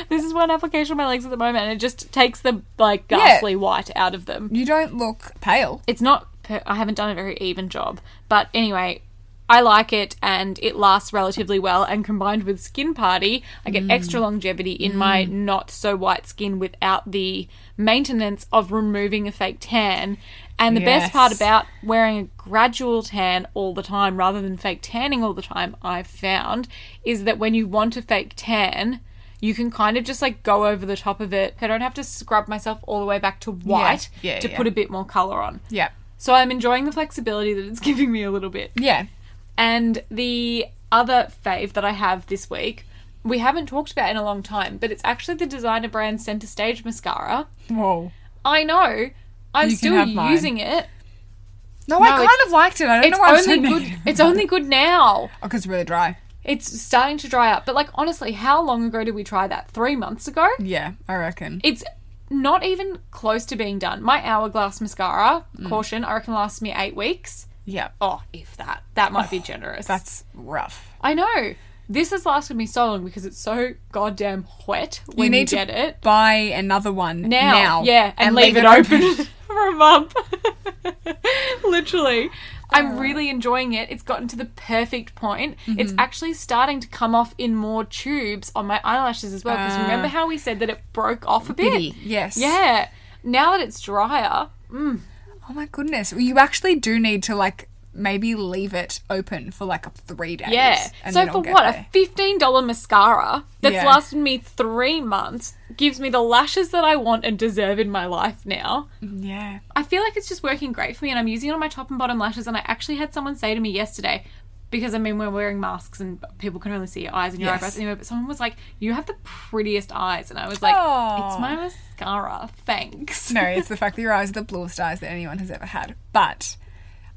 S2: this is one application on my legs at the moment, and it just takes the like ghastly white out of them
S3: you don't look pale.
S2: it's not per- i haven't done a very even job but anyway i like it and it lasts relatively well and combined with skin party i get
S3: Mm.
S2: extra longevity in my not so white skin without the maintenance of removing a fake tan and the best part
S3: Yes.
S2: about wearing a gradual tan all the time rather than fake tanning all the time i've found is that when you want a fake tan you can kind of just like go over the top of it i don't have to scrub myself all the way back to white
S3: Yeah,
S2: to
S3: yeah.
S2: put a bit more color on
S3: Yeah.
S2: so I'm enjoying the flexibility that it's giving me a little bit.
S3: Yeah.
S2: And the other fave that I have this week, we haven't talked about in a long time, but it's actually the designer brand Center Stage mascara.
S3: Whoa.
S2: I know. I'm
S3: You can
S2: still
S3: have mine.
S2: using it.
S3: No, I
S2: No,
S3: kind
S2: it's-
S3: of liked it. I don't
S2: It's
S3: know why I'm so
S2: only
S3: negative.
S2: good. It's only good now.
S3: Oh, 'cause it's really dry.
S2: It's starting to dry up. But like honestly, how long ago did we try that? Three months ago?
S3: Yeah, I reckon.
S2: It's not even close to being done. My hourglass mascara,
S3: Mm.
S2: caution, I reckon lasts me eight weeks.
S3: yeah,
S2: Oh, if that. That might be generous.
S3: Oh, that's rough.
S2: I know. This has lasted me so long because it's so goddamn wet when you,
S3: you need to
S2: get it.
S3: buy another one
S2: Now,
S3: now.
S2: yeah, and, leave, it open for a month. Literally. I'm
S3: Uh.
S2: really enjoying it. It's gotten to the perfect point.
S3: Mm-hmm.
S2: It's actually starting to come off in more tubes on my eyelashes as well. Because remember how we said that it broke off a bit?
S3: Uh. Bitty, yes.
S2: Yeah. Now that it's drier,
S3: Oh my goodness. Well, you actually do need to like maybe leave it open for like three days.
S2: Yeah.
S3: and
S2: So
S3: then
S2: for
S3: it'll get
S2: what a
S3: there.
S2: fifteen dollar mascara that's
S3: Yeah.
S2: lasted me three months gives me the lashes that I want and deserve in my life now.
S3: yeah.
S2: I feel like it's just working great for me, and I'm using it on my top and bottom lashes. And I actually had someone say to me yesterday. Because I mean, we're wearing masks and people can only see your eyes and your
S3: Yes.
S2: eyebrows anyway. But someone was like, "You have the prettiest eyes," and I was like, "It's
S3: Aw.
S2: my mascara, thanks."
S3: No, it's the fact that your eyes are the bluest eyes that anyone has ever had. But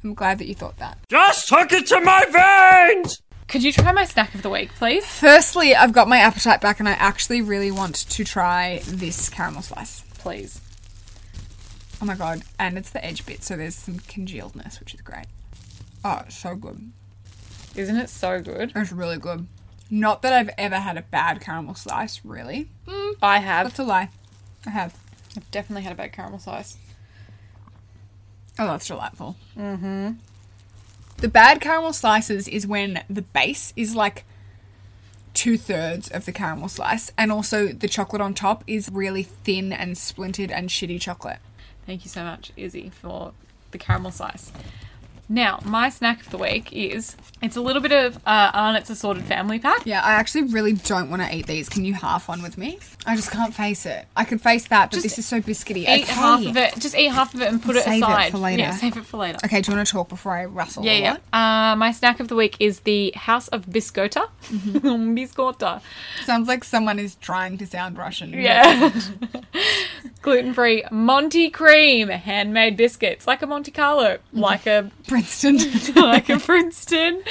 S3: I'm glad that you thought that.
S8: Just hook it to my veins!
S2: Could you try my snack of the week, please?
S3: Firstly, I've got my appetite back and I actually really want to try this caramel slice.
S2: Please.
S3: Oh my god. And it's the edge bit, so there's some congealedness, which is great. Oh, it's so good.
S2: Isn't it so good?
S3: It's really good. Not that I've ever had a bad caramel slice, really.
S2: I have.
S3: That's a lie. I have.
S2: I've definitely had a bad caramel slice.
S3: Oh, that's delightful. Mm-hmm. The bad caramel slices is when the base is like two thirds of the caramel slice, and also the chocolate on top is really thin and splintered and shitty chocolate.
S2: Thank you so much, Izzy, for the caramel slice. Now, my snack of the week is it's a little bit of uh, Arnott's Assorted Family Pack.
S3: Yeah, I actually really don't want to eat these. Can you half one with me? I just can't face it. I could face that, but
S2: Just
S3: this is so biscuity.
S2: Eat
S3: okay.
S2: half of it. Just eat half of it and put it
S3: Save it
S2: aside.
S3: for later.
S2: Yeah, save it for later.
S3: Okay, do you want to talk before I rustle? a
S2: Yeah,
S3: lot?
S2: yeah. Uh, my snack of the week is the House of Biscotta.
S3: Mm-hmm.
S2: Biscotta.
S3: Sounds like someone is trying to sound Russian.
S2: Yeah. Gluten free Monty cream handmade biscuits, like a Monte Carlo,
S3: Mm-hmm.
S2: like a
S3: Princeton.
S2: like a Princeton.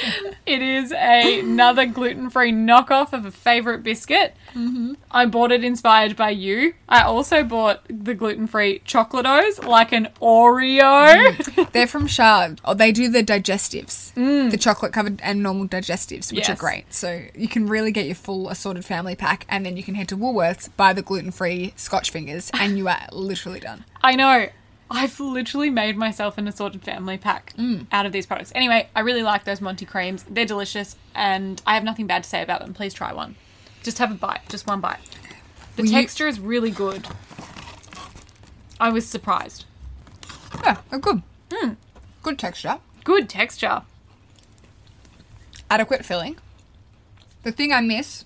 S2: It is a- another gluten free knockoff of a favourite biscuit.
S3: Mm-hmm.
S2: I bought it inspired by you. I also bought the gluten free chocolatos, like an Oreo.
S3: They're from Shard. Oh, they do the digestives, the chocolate covered and normal digestives, which are
S2: Mm. Yes.
S3: great. So you can really get your full assorted family pack, and then you can head to Woolworths, buy the gluten free Scotch fingers, and you are literally done.
S2: I know. I've literally made myself an assorted family pack
S3: Mm.
S2: out of these products. Anyway, I really like those Monty creams. They're delicious, and I have nothing bad to say about them. Please try one. Just have a bite, just one bite. The
S3: Will you-
S2: texture is really good. I was surprised.
S3: Yeah, they're good.
S2: Hmm.
S3: Good texture,
S2: Good texture.
S3: adequate filling. The thing I miss,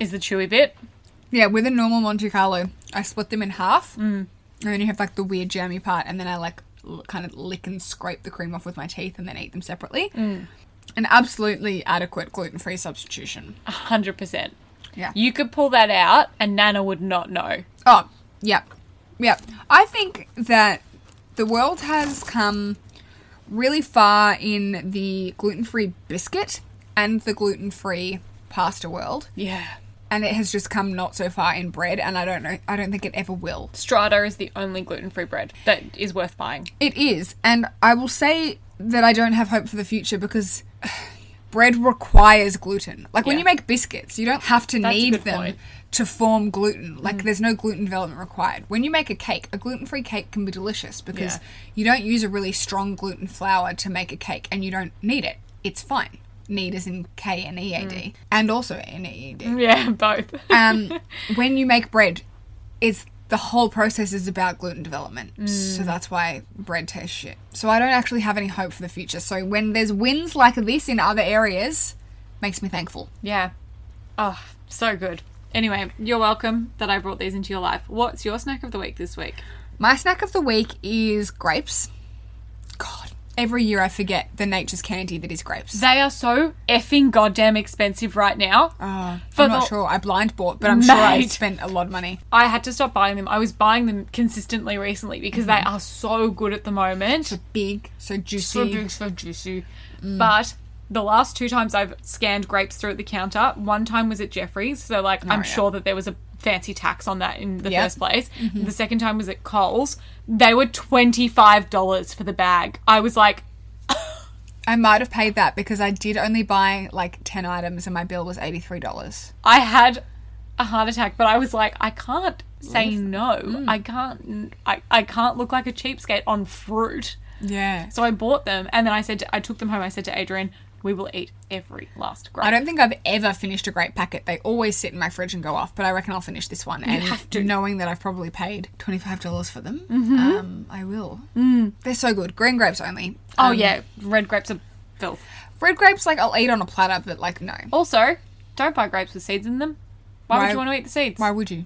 S2: Is the chewy bit?
S3: yeah, with a normal Monte Carlo, I split them in half,
S2: Mm.
S3: and then you have like the weird jammy part, and then I like l- kind of lick and scrape the cream off with my teeth, and then eat them separately.
S2: Mm.
S3: An absolutely adequate gluten free substitution.
S2: hundred percent.
S3: Yeah.
S2: Ah, You could pull that out, and Nana would not know.
S3: Oh, yeah. Yeah. I think that the world has come really far in the gluten free biscuit and the gluten free pasta world.
S2: Yeah.
S3: And it has just come not so far in bread, and I don't know, I don't think it ever will.
S2: Strata is the only gluten-free bread that is worth buying.
S3: It is, and I will say that I don't have hope for the future because bread requires gluten. Like when
S2: Yeah.
S3: you make biscuits, you don't have to
S2: That's a
S3: need
S2: good
S3: them
S2: point. Mm.
S3: to form gluten. Like there's no gluten development required. When you make a cake, a gluten-free cake can be delicious because
S2: Yeah.
S3: you don't use a really strong gluten flour to make a cake and you don't need it. It's fine. Need is in K and E A D,
S2: Mm.
S3: and also in E A D
S2: Yeah, both.
S3: um, when you make bread, it's the whole process is about gluten development.
S2: Mm.
S3: So that's why bread tastes shit. So I don't actually have any hope for the future. So when there's wins like this in other areas, makes me thankful.
S2: yeah. Oh, so good. Anyway, you're welcome that I brought these into your life. What's your snack of the week this week?
S3: My snack of the week is grapes. God, every year I forget the nature's candy that is grapes.
S2: They are so effing goddamn expensive right now.
S3: Oh,
S2: For
S3: I'm not
S2: the-
S3: sure. I blind bought, but I'm sure I
S2: Mate.
S3: spent a lot of money.
S2: I had to stop buying them. I was buying them consistently recently because
S3: Mm.
S2: they are so good at the moment.
S3: So big, so juicy.
S2: So big, so juicy. But the last two times I've scanned grapes through at the counter, one time was at Jeffrey's, so like I'm sure that there was a fancy tax on that in the
S3: Yep.
S2: first place. The second time was at Coles. They were twenty five dollars for the bag. I was like,
S3: I might have paid that because I did only buy like 10 items and my bill was $83.
S2: I had a heart attack, but I was like, I can't say no. I can't. I, I can't look like a cheapskate on fruit.
S3: Yeah.
S2: So I bought them, and then I said, to, I took them home. I said to Adrian, we will eat every last grape.
S3: I don't think I've ever finished a grape packet. They always sit in my fridge and go off, but I reckon I'll finish this one. and
S2: have to. Mm-hmm.
S3: knowing that I've probably paid $25 for them, um, I will.
S2: Mm.
S3: They're so good. Green grapes only.
S2: oh yeah, red grapes are filth.
S3: Red grapes, like, I'll eat on a platter, but like, no.
S2: Also, don't buy grapes with seeds in them. Why,
S3: Why-
S2: would you want to eat the seeds?
S3: Why would you?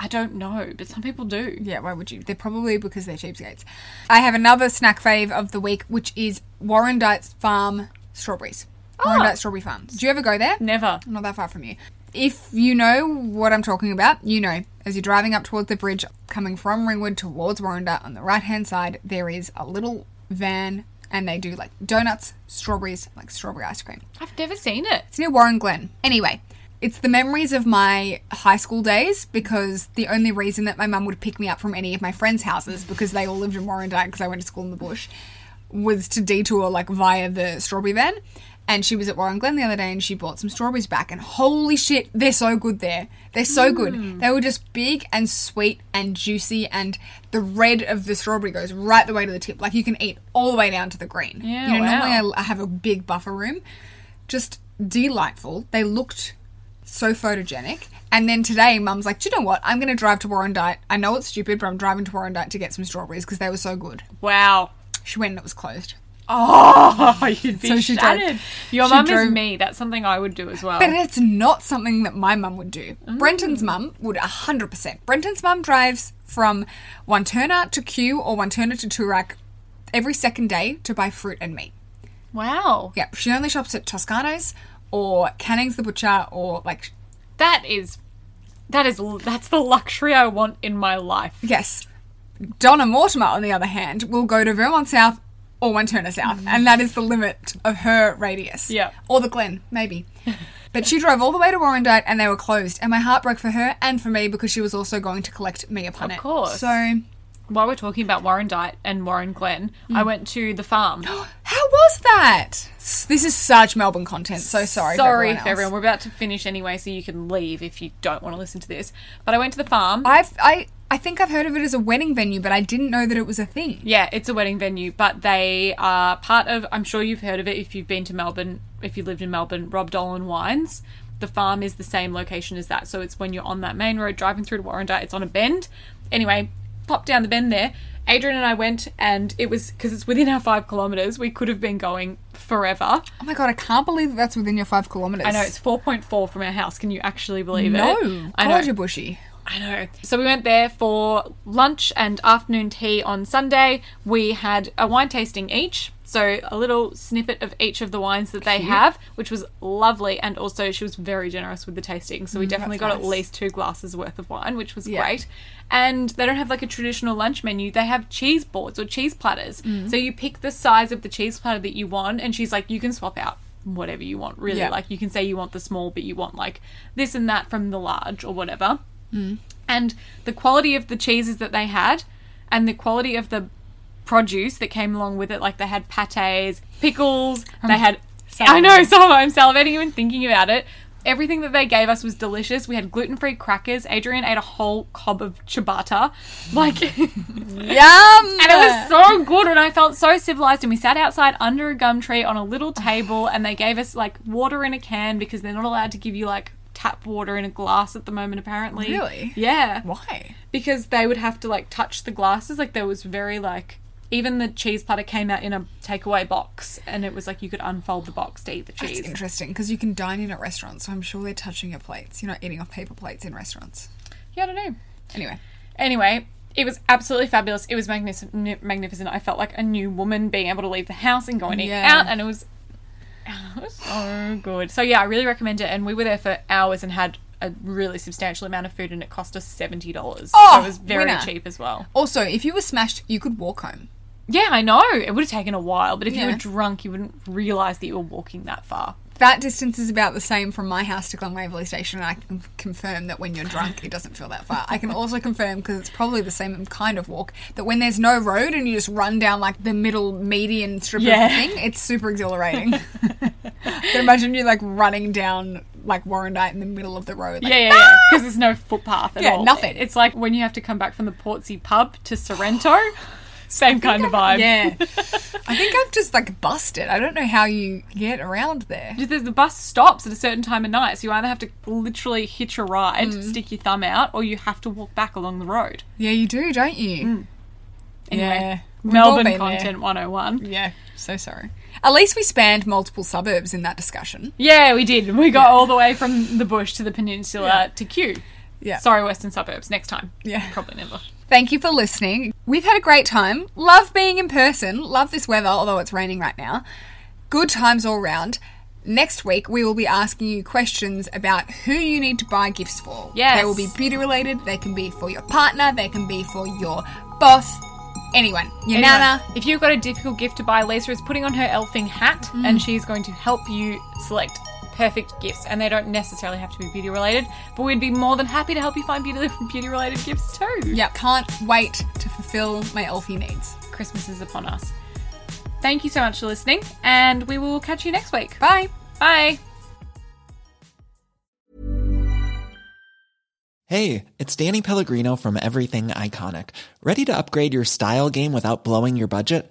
S2: I don't know, but some people do.
S3: Yeah, why would you? They're probably because they're cheapskates. I have another snack fave of the week, which is Warren Dyte's Farm strawberries.
S2: Ah.
S3: Warren Dyte Strawberry Farm. Do you ever go there?
S2: Never.
S3: Not that far from you. If you know what I'm talking about, you know. As you're driving up towards the bridge, coming from Ringwood towards Warrender, on the right hand side, there is a little van and they do like donuts, strawberries, like strawberry ice cream.
S2: I've never seen it.
S3: It's near Warren Glen. Anyway, it's the memories of my high school days because the only reason that my mum would pick me up from any of my friends' houses because they all lived in Warrandyte because I went to school in the bush was to detour like via the strawberry van. And she was at Warren Glen the other day and she bought some strawberries back. And holy shit, they're so good there. They're so good. They were just big and sweet and juicy. And the red of the strawberry goes right the way to the tip. Like you can eat all the way down to the green.
S2: Yeah,
S3: you know,
S2: wow.
S3: normally I I have a big buffer room. Just delightful. They looked so photogenic. And then today, Mum's like, "Do you know what? I'm going to drive to Warrandyte. I know it's stupid, but I'm driving to Warrandyte to get some strawberries because they were so good."
S2: Wow.
S3: She went and it was closed.
S2: Oh, you'd be
S3: So she drove-
S2: shattered. Your
S3: she
S2: mum
S3: drove-
S2: is me. That's something I would do as well.
S3: But it's not something that my mum would do. Brenton's mum would 100%. Brenton's mum drives from One Turner to Kew or One Turner to Toorak every second day to buy fruit and meat.
S2: wow.
S3: Yep, she only shops at Toscano's or Canning's the Butcher or like
S2: That is. That is l- that's the luxury I want in my life.
S3: Yes. Donna Mortimer, on the other hand, will go to Vermont South or One Turner South, and that is the limit of her radius.
S2: Mm-hmm. Yeah.
S3: Or the Glen, maybe. but she drove all the way to Warrandyte and they were closed, and my heart broke for her and for me because she was also going to collect me upon it. Of
S2: course.
S3: So, how
S2: While we're talking about Warren Dyte and Warren Glen,
S3: Mm.
S2: I went to the farm.
S3: was that? S- This is such Melbourne content, so sorry. for
S2: Sorry
S3: everyone
S2: for everyone.
S3: else.
S2: We're about to finish anyway, so you can leave if you don't want to listen to this. But I went to the farm.
S3: I've, I, I think I've heard of it as a wedding venue, but I didn't know that it was a thing.
S2: yeah, it's a wedding venue, but they are part of. I'm sure you've heard of it if you've been to Melbourne, if you lived in Melbourne, Rob Dolan Wines. The farm is the same location as that. So it's when you're on that main road driving through to Warrandyte, it's on a bend. Anyway, pop down the bend there. Adrian and I went, and it was because it's within our five kilometres. We could have been going forever.
S3: Oh my god, I can't believe that's within your five kilometres.
S2: I know it's 4.4 from our house. Can you actually believe it?
S3: No,
S2: I
S3: Oh, God,
S2: know.
S3: you're bushy.
S2: I know. So we went there for lunch and afternoon tea on Sunday. We had a wine tasting each. So a little snippet of each of the wines that they have, which was lovely. And also, she was very generous with the tasting. So we definitely got at least two glasses worth of wine, which was great. And they don't have like a traditional lunch menu. They have cheese boards or cheese platters. So you pick the size of the cheese platter that you want. And she's like, you can swap out whatever you want, really.
S3: Yeah.
S2: Like you can say you want the small, but you want like this and that from the large or whatever and the quality of the cheeses that they had and the quality of the produce that came along with it like they had pates pickles they had i know so i'm salivating even thinking about it everything that they gave us was delicious we had gluten-free crackers adrian ate a whole cob of ciabatta like
S3: Yum!
S2: And it was so good, and I felt so civilized. And we sat outside under a gum tree on a little table, and they gave us like water in a can because they're not allowed to give you like tap water in a glass at the moment, apparently.
S3: Really?
S2: Yeah.
S3: Why?
S2: Because they would have to like touch the glasses. Like there was very like even the cheese platter came out in a takeaway box, and it was like you could unfold the box to eat the
S3: It's
S2: cheese.
S3: interesting because you can dine in at restaurants, so I'm sure they're touching your plates. You're not eating off paper plates in restaurants.
S2: Yeah, I don't know.
S3: Anyway,
S2: Anyway, It was absolutely fabulous. It was magnific- m- magnificent. I felt like a new woman being able to leave the house and go and eat
S3: Yeah.
S2: out, and it was, it was so good. So yeah, I really recommend it. And we were there for hours and had a really substantial amount of food, and it cost us seventy dollars. so
S3: Oh,
S2: it was very
S3: winner.
S2: cheap as well.
S3: Also, if you were smashed, you could walk home.
S2: Yeah, I know it would have taken a while, but if you
S3: Yeah.
S2: were drunk, you wouldn't realize that you were walking that far.
S3: That distance is about the same from my house to Glenwaverley Station, and I can confirm that when you're drunk, it doesn't feel that far. I can also confirm, because it's probably the same kind of walk, that when there's no road and you just run down like the middle median strip
S2: Yeah.
S3: of the thing, it's super exhilarating. I can imagine you like running down like Warrandyte in the middle of the road. Like,
S2: Yeah, yeah, yeah. Because ah! there's no footpath at
S3: Yeah,
S2: all.
S3: nothing.
S2: It's like when you have to come back from the Portsea pub to Sorrento. Same kind of vibe.
S3: Yeah. I think I've just like busted. I don't know how you get around there.
S2: There's- The bus stops at a certain time of night, so you either have to literally hitch a ride,
S3: Mm.
S2: stick your thumb out, or you have to walk back along the road.
S3: Yeah, you do, don't you?
S2: Hmm. Anyway,
S3: We've all
S2: Melbourne
S3: been there.
S2: Content 101.
S3: Yeah, so sorry. At least we spanned multiple suburbs in that discussion.
S2: Yeah, we did. We got all the way from the bush to the peninsula to Kew.
S3: Yeah.
S2: Sorry, Western suburbs. Next time.
S3: Yeah.
S2: Probably never.
S3: Thank you for listening. We've had a great time. Love being in person. Love this weather, although it's raining right now. Good times all round. Next week, we will be asking you questions about who you need to buy gifts for.
S2: Yes.
S3: They will be beauty related, they can be for your partner, they can be for your boss, anyone, your
S2: Anyway,
S3: nana.
S2: If you've got a difficult gift to buy, Lisa is putting on her elfing hat
S3: Mm.
S2: and she's going to help you select perfect gifts. And they don't necessarily have to be beauty related, but we'd be more than happy to help you find beauty beauty related gifts too.
S3: Yeah, can't wait to fulfill my elfie needs.
S2: Christmas is upon us. Thank you so much for listening, and we will catch you next week.
S3: Bye.
S2: Bye.
S5: Hey, it's Danny Pellegrino from Everything Iconic. Ready to upgrade your style game without blowing your budget?